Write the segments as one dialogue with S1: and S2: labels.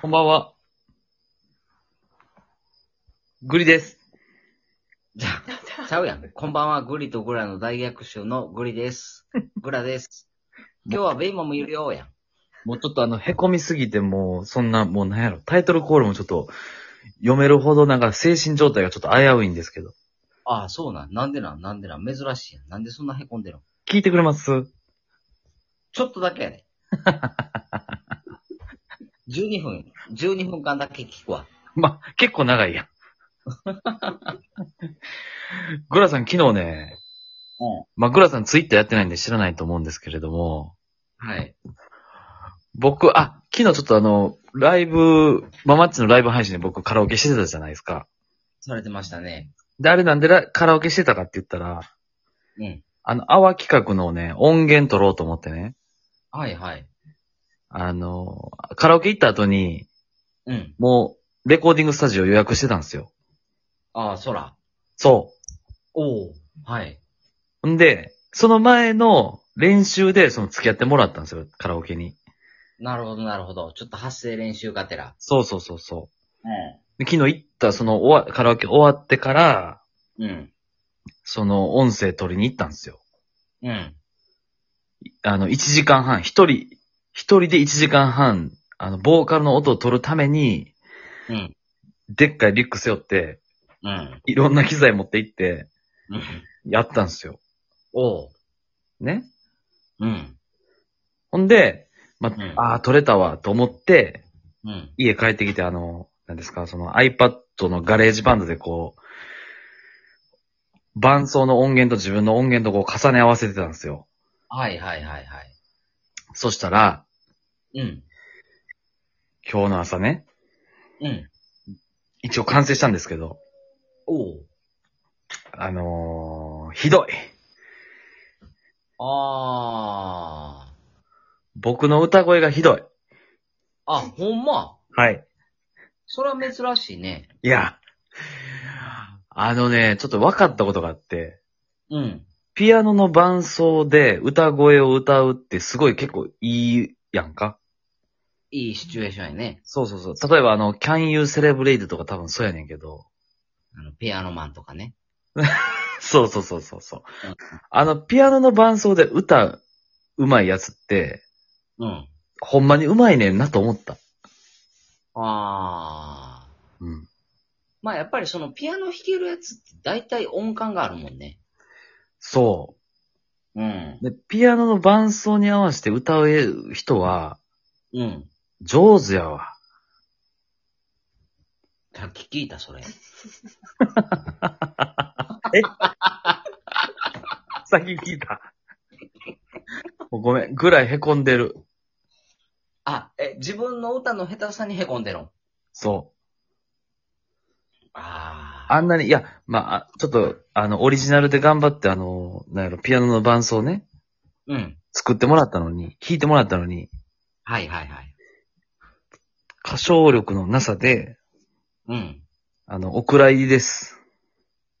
S1: こんばんは。グリです。
S2: じゃ あ、ちゃうやん。こんばんは、グリとグラの大逆襲のグリ です。グラです。今日はベイモもいるようやん。
S1: もうちょっとあの、凹みすぎて、もう、そんな、もうなんやろ、タイトルコールもちょっと、読めるほどなんか精神状態がちょっと危ういんですけど。
S2: ああ、そうなん。なんでなんなんでなん珍しいやん。なんでそんなへこんでるの
S1: 聞いてくれます
S2: ちょっとだけや で。12分、12分間だけ聞くわ。
S1: ま、結構長いやん。 グラさん昨日ね、
S2: う
S1: まあ、グラさんツイッターやってないんで知らないと思うんですけれども、
S2: ん。はい。
S1: 僕、あ、昨日ちょっとあの、ライブ、ママッチのライブ配信で僕カラオケしてたじゃないですか。
S2: されてましたね。
S1: で、あれなんでラカラオケしてたかって言ったら、
S2: うん。
S1: あの、アワ企画のね、音源取ろうと思ってね、
S2: はいはい。
S1: あの、カラオケ行った後に、
S2: うん。
S1: もう、レコーディングスタジオ予約してたんですよ。
S2: ああ、空。
S1: そ
S2: おお。はい。
S1: う。んで、その前の練習で、その付き合ってもらったんですよ、カラオケに。
S2: なるほど、なるほど。ちょっと発声練習がてら。
S1: そうそうそうそ
S2: うん。
S1: う。で昨日行った、その、おわカラオケ終わってから、
S2: うん。
S1: その、音声取りに行ったんですよ。
S2: うん。
S1: あの、1時間半、一人、一人で1時間半、あの、ボーカルの音を取るために、
S2: うん。
S1: でっかいリュック背負って、
S2: うん。
S1: いろんな機材持って行って、
S2: うん。
S1: やったんですよ。
S2: おう。
S1: ね。
S2: うん。
S1: ほんで、ま
S2: うん
S1: ああー、取れたわ、と思って、
S2: うん。
S1: 家帰ってきて、あの、なんですか、その iPad のガレージバンドでこう、伴奏の音源と自分の音源とこう重ね合わせてたんですよ。
S2: はいはいはいは
S1: そしたら、
S2: い。うん。
S1: 今日の朝ね、
S2: うん。
S1: 一応完成したんですけど、
S2: おう。
S1: あのーひどい。
S2: あー。
S1: 僕の歌声がひどい。
S2: あ、ほんま。
S1: はい。
S2: それは珍しいね。
S1: いや、あのね、ちょっと分かったことがあって、
S2: うん。
S1: ピアノの伴奏で歌声を歌うってすごい結構いいやんか
S2: いいシチュエーションやね。
S1: そうそうそう。例えばあの、Can You Celebrate とか多分そうやねんけど。
S2: あの、ピアノマンとかね。
S1: そうそうそうそうそう
S2: うん。
S1: あの、ピアノの伴奏で歌うまいやつって、
S2: うん。
S1: ほんまにうまいねんなと思った。
S2: あー。
S1: うん。
S2: まあやっぱりそのピアノ弾けるやつって大体音感があるもんね。
S1: そ
S2: うん。
S1: う。で、ピアノの伴奏に合わせて歌う人は、
S2: うん。
S1: 上手やわ。
S2: さっき聞いた、それ。
S1: さっき聞いた。もうごめん、ぐらい凹んでる。
S2: あ、え、自分の歌の下手さに凹んでるん。
S1: そう。
S2: あー。
S1: あんなに、いや、まあ、ちょっと、あの、オリジナルで頑張って、あの、なんやろ、ピアノの伴奏ね、
S2: うん。
S1: 作ってもらったのに、弾いてもらったのに、
S2: はいはいはい。
S1: 歌唱力のなさで、
S2: うん。
S1: あの、お蔵入りです。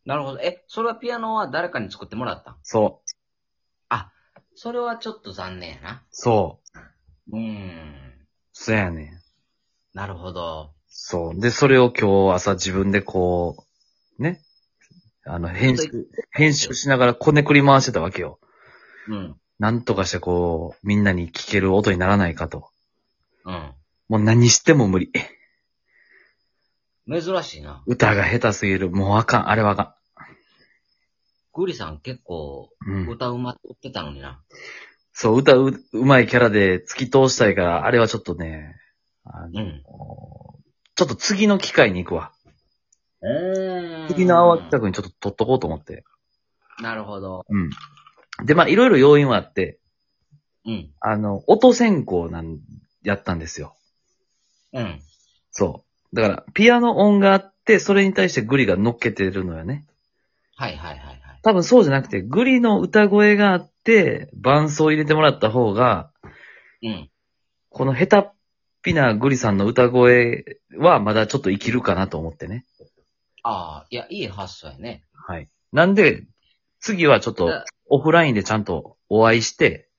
S2: なるほど。え、それはピアノは誰かに作ってもらったん
S1: そう。
S2: それはちょっと残念やな。
S1: そう。
S2: うーん。
S1: そうやねん。
S2: なるほど。
S1: そう。で、それを今日朝自分でこう、ね、あの、編集、編集しながらこねくり回してたわけよ。
S2: うん。
S1: なんとかしてこう、みんなに聞ける音にならないかと。
S2: うん。
S1: もう何しても無理。
S2: 珍しいな。
S1: 歌が下手すぎる。もうあかん。あれはあか
S2: グリさん結構
S1: ん。うん。
S2: 歌うまってたのにな。
S1: そう、歌う、うまいキャラで突き通したいから、あれはちょっとね、あの、
S2: う
S1: ち
S2: ん。
S1: ょっと次の機会に行くわ。
S2: うーん。
S1: 次の泡企画にちょっと撮っとこうと思って。
S2: なるほど。
S1: うん。で、まあ、いろいろ要因はあって、
S2: うん。
S1: あの、音専攻なん、やったんですよ。
S2: うん。
S1: そう。だから、ピアノ音があって、それに対してグリが乗っけてるのよね。
S2: はいはいはいはい。
S1: 多分そうじゃなくて、グリの歌声があって、伴奏を入れてもらった方が、
S2: うん。
S1: この下手っぴなグリさんの歌声はまだちょっと生きるかなと思ってね。
S2: ああ、いや、いい発想やね。
S1: はい。なんで、次はちょっと
S2: だ、
S1: オフラインでちゃんとお会いして、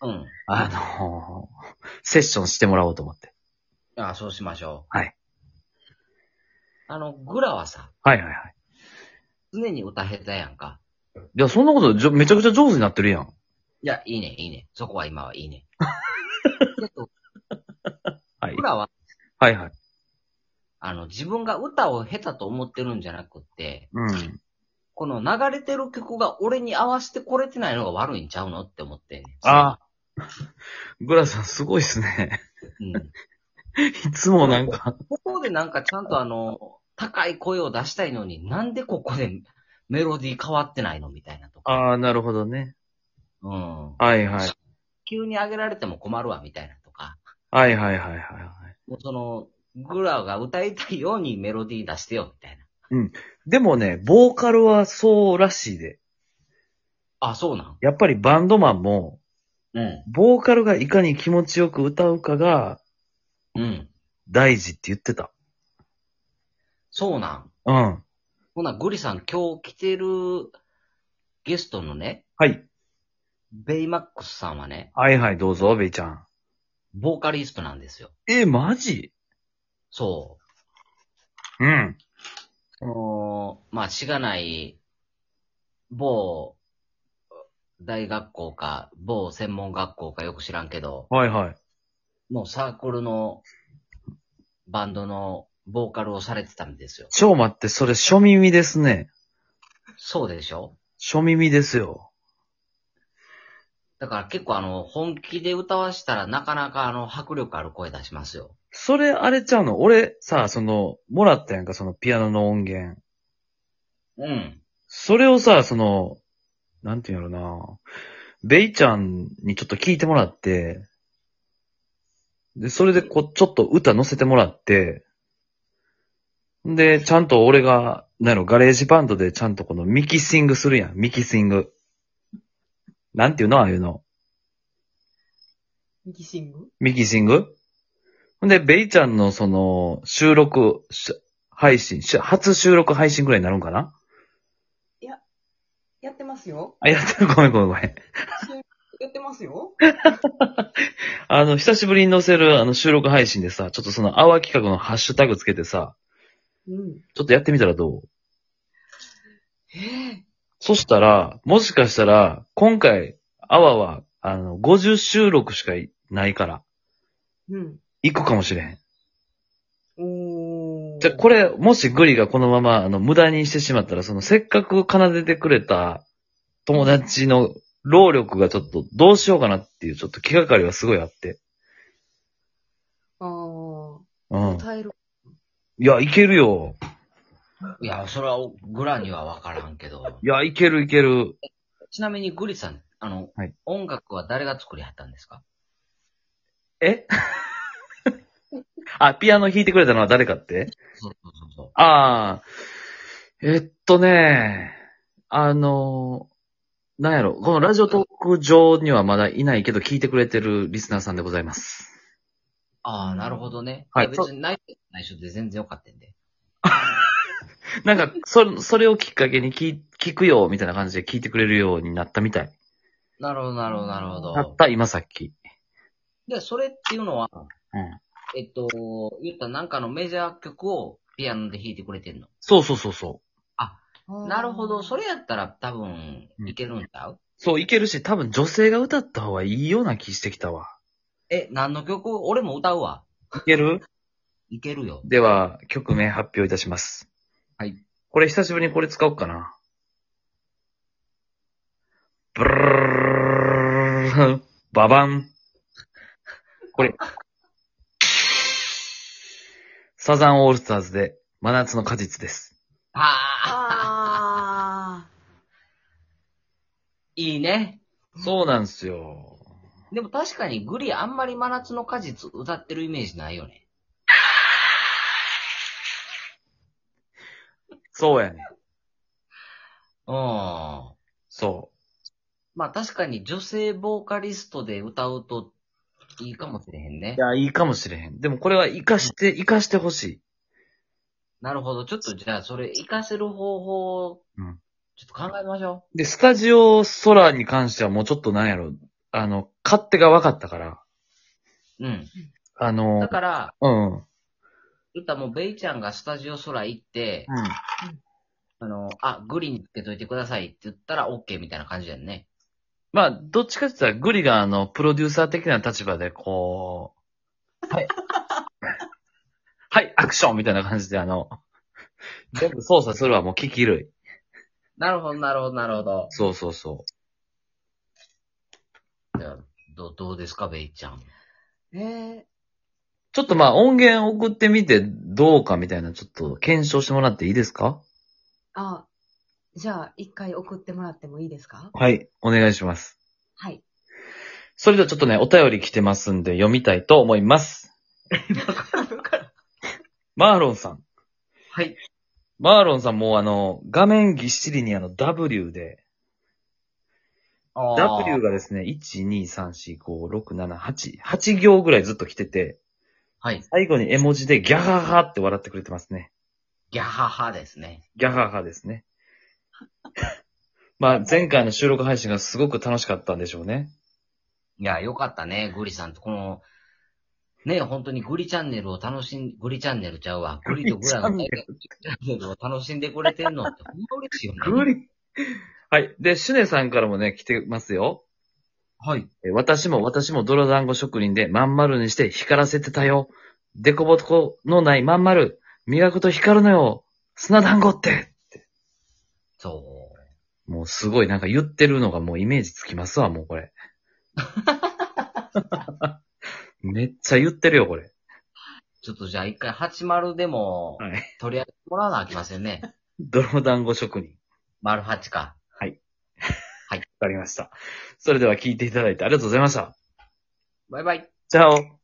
S2: うん。
S1: あのーセッションしてもらおうと思って。
S2: ああ、そうしましょう。
S1: はい。
S2: あの、グラはさ、
S1: はいはいはい。
S2: 常に歌下手やんか。
S1: いや、そんなことじょ、めちゃくちゃ上手になってるやん。
S2: いや、いいね、いいね。そこは今はいいね。けど
S1: はい
S2: グ。ラは、
S1: はいはい。
S2: あの、自分が歌を下手と思ってるんじゃなくって、
S1: うん。
S2: この流れてる曲が俺に合わせてこれてないのが悪いんちゃうのって思ってんねん。
S1: ああ。グラさんすごいっすね。
S2: うん。
S1: いつもなんか、
S2: ここでなんかちゃんとあの、高い声を出したいのに、なんでここでメロディー変わってないのみたいなとか。
S1: ああ、なるほどね。
S2: うん。
S1: はいはい。
S2: 急に上げられても困るわ、みたいなとか。
S1: はいはいはいはいはい。
S2: もうその、グラが歌いたいようにメロディー出してよ、みたいな。
S1: でもね、ボーカルはそうらしいで。
S2: あ、そうなん
S1: やっぱりバンドマンも、
S2: うん。
S1: ボーカルがいかに気持ちよく歌うかが
S2: うん。
S1: 大事って言ってた。
S2: そうなん。
S1: うん。
S2: ほな、グリさん今日来てるゲストのね、
S1: はい。
S2: ベイマックスさんはね、
S1: はいはい、どうぞ、ベイちゃん。
S2: ボーカリストなんですよ。
S1: え、マジ
S2: そう。
S1: うん。
S2: その、まあ、しがない、某、大学校か、某専門学校かよく知らんけど、
S1: はいはい。
S2: もうサークルのバンドのボーカルをされてたんですよ。
S1: ちょ、待って、それ、初耳ですね。
S2: そうでしょ
S1: 初耳ですよ。
S2: だから結構あの、本気で歌わしたらなかなかあの、迫力ある声出しますよ。
S1: それ、あれちゃうの俺、さ、その、もらったやんか、その、ピアノの音源。
S2: うん。
S1: それをさ、その、なんていうんやろな。ベイちゃんにちょっと聞いてもらって、で、それでこ、ちょっと歌乗せてもらって、で、ちゃんと俺が、なんやろ、ガレージバンドでちゃんとこのミキシングするやん、ミキシング。なんていうのああいうの。
S3: ミキシング
S1: ミキシングほんで、ベイちゃんのその、収録、し配信、し初収録配信ぐらいになるんかな
S3: やってますよ。
S1: あ、やってる、ごめんごめんごめん。
S3: やってますよ。
S1: あの、久しぶりに載せるあの収録配信でさ、ちょっとその、泡企画のハッシュタグつけてさ、
S3: うん。
S1: ちょっとやってみたらどう
S3: ええ
S1: そしたら、もしかしたら、今回、泡は、あの、50収録しかいないから、
S3: うん。
S1: 行くかもしれん。
S3: おー。
S1: じゃ、これ、もしグリがこのまま、あの、無駄にしてしまったら、その、せっかく奏でてくれた友達の労力がちょっと、どうしようかなっていう、ちょっと気がかりはすごいあって。
S3: あー。
S1: うん。
S3: 歌える。
S1: いや、いけるよ。
S2: いや、それはグラにはわからんけど。
S1: いや、いけるいける。
S2: ちなみにグリさん、あの、
S1: はい
S2: 音楽は誰が作りはったんですか
S1: え あ、ピアノ弾いてくれたのは誰かって
S2: そうそうそうそう。
S1: ああ。えっとね、あの、なんやろ、このラジオトーク上にはまだいないけど、聞いてくれてるリスナーさんでございます。
S2: ああ、なるほどね。
S1: はい
S2: や別に内緒、内緒で全然よかったんで。
S1: なんか、そ、それをきっかけに聞、聞くよ、みたいな感じで聞いてくれるようになったみたい。
S2: なるほど、なるほど、なるほ
S1: た
S2: ど
S1: っ。た今さっき。
S2: で、それっていうのは、
S1: うん。
S2: えっと、言ったらなんかのメジャー曲をピアノで弾いてくれてんの。
S1: そうそうそうそう。
S2: なるほど。そ
S3: れ。
S2: れやったら多分
S1: うん
S2: いけるんちゃう、
S1: そう、いけるし、多分女性が歌った方がいいような気してきたわ。
S2: え、何の曲俺も歌うわ。
S1: いける
S2: いけるよ。
S1: では、曲名発表いたします。
S2: はい。
S1: これ久しぶりにこれ使おうかな。ブルルルルルババン。これ。サザンオールスターズで、真夏の果実です。
S2: ああ、
S3: あ
S2: いいね。
S1: そうなんですよ。
S2: でも確かにグリあんまり真夏の果実歌ってるイメージないよね。
S1: そうやね。
S2: うん。ま
S1: そ
S2: あ確かに女性ボーカリストで歌うといいかもしれへん
S1: う。
S2: ね
S1: い。や、いいかもしれへん。でもこれは活かして、活かしてほしい。
S2: なるほど。ちょっとじゃあそれ活かせる方法を
S1: うん
S2: ちょっと考えましょ
S1: で、スタジオソラに関してはもうちょっとなんやろ。あの、勝手が分かったから。
S2: う。うん。
S1: あの
S2: だ、から、
S1: うん。うん。
S2: 歌もベイちゃんがスタジオ空行って、あの、あ、グリにつけといてくださいって言ったら OK みたいな感じだよね。
S1: まあ、どっちかって言ったら、グリがあの、プロデューサー的な立場で、こう、 はい。はい、アクションみたいな感じで、あの、全部操作するはもう聞き類。
S2: なるほど、なるほど、なるほど。
S1: そうそうそ
S2: じゃあどどうですか、ベイちゃん。
S3: ええ
S1: う。ちょっとまあ、音源送ってみて、どうかみたいな、ちょっと検証してもらっていいですか
S3: あ、じゃあ、一回送ってもらってもいいですか
S1: はい。お願いします。
S3: はい。
S1: それではちょっとね、お便り来てますんで読みたいと思います。マーロンさん。
S2: はい。
S1: マーロンさんもうあの、画面ぎっしりにあの W で、
S2: あー
S1: W がですね、1,2,3,4,5,6,7,8、8行ぐらいずっと来てて、
S2: はい。
S1: 最後に絵文字でギャハハって笑ってくれてますね。
S2: ギャハハですね。
S1: ギャハハですね。 まあ、前回の収録配信がすごく楽しかったんでしょうね。
S2: いや、よかったね、グリさんと。この、ね、本当にグリチャンネルを楽しん、グリチャンネルちゃうわ。グリとグラの
S1: グ
S2: ね
S1: リチ
S2: グリチャンネルを楽しんでくれてんのって、ほんま嬉しいよね。
S1: リはい。で、シュネさんからもね、来てますよ。
S2: はい。
S1: えー私も私も泥団子職人でまん丸にして光らせてたよ。デコボコのないまん丸。磨くと光るのよ。砂団子って。
S2: そう。
S1: もうすごいなんか言ってるのがもうイメージつきますわ、もうこれ。 めっちゃ言ってるよ、これ。
S2: ちょっとじゃあ一回80でも
S1: はい。
S2: 取り上げてもらわなあきませんね。
S1: 泥団子職人。
S2: 丸8か。
S1: わかりました。それでは聞いていただいてありがとうございました。
S2: バイバイ。
S1: チャオ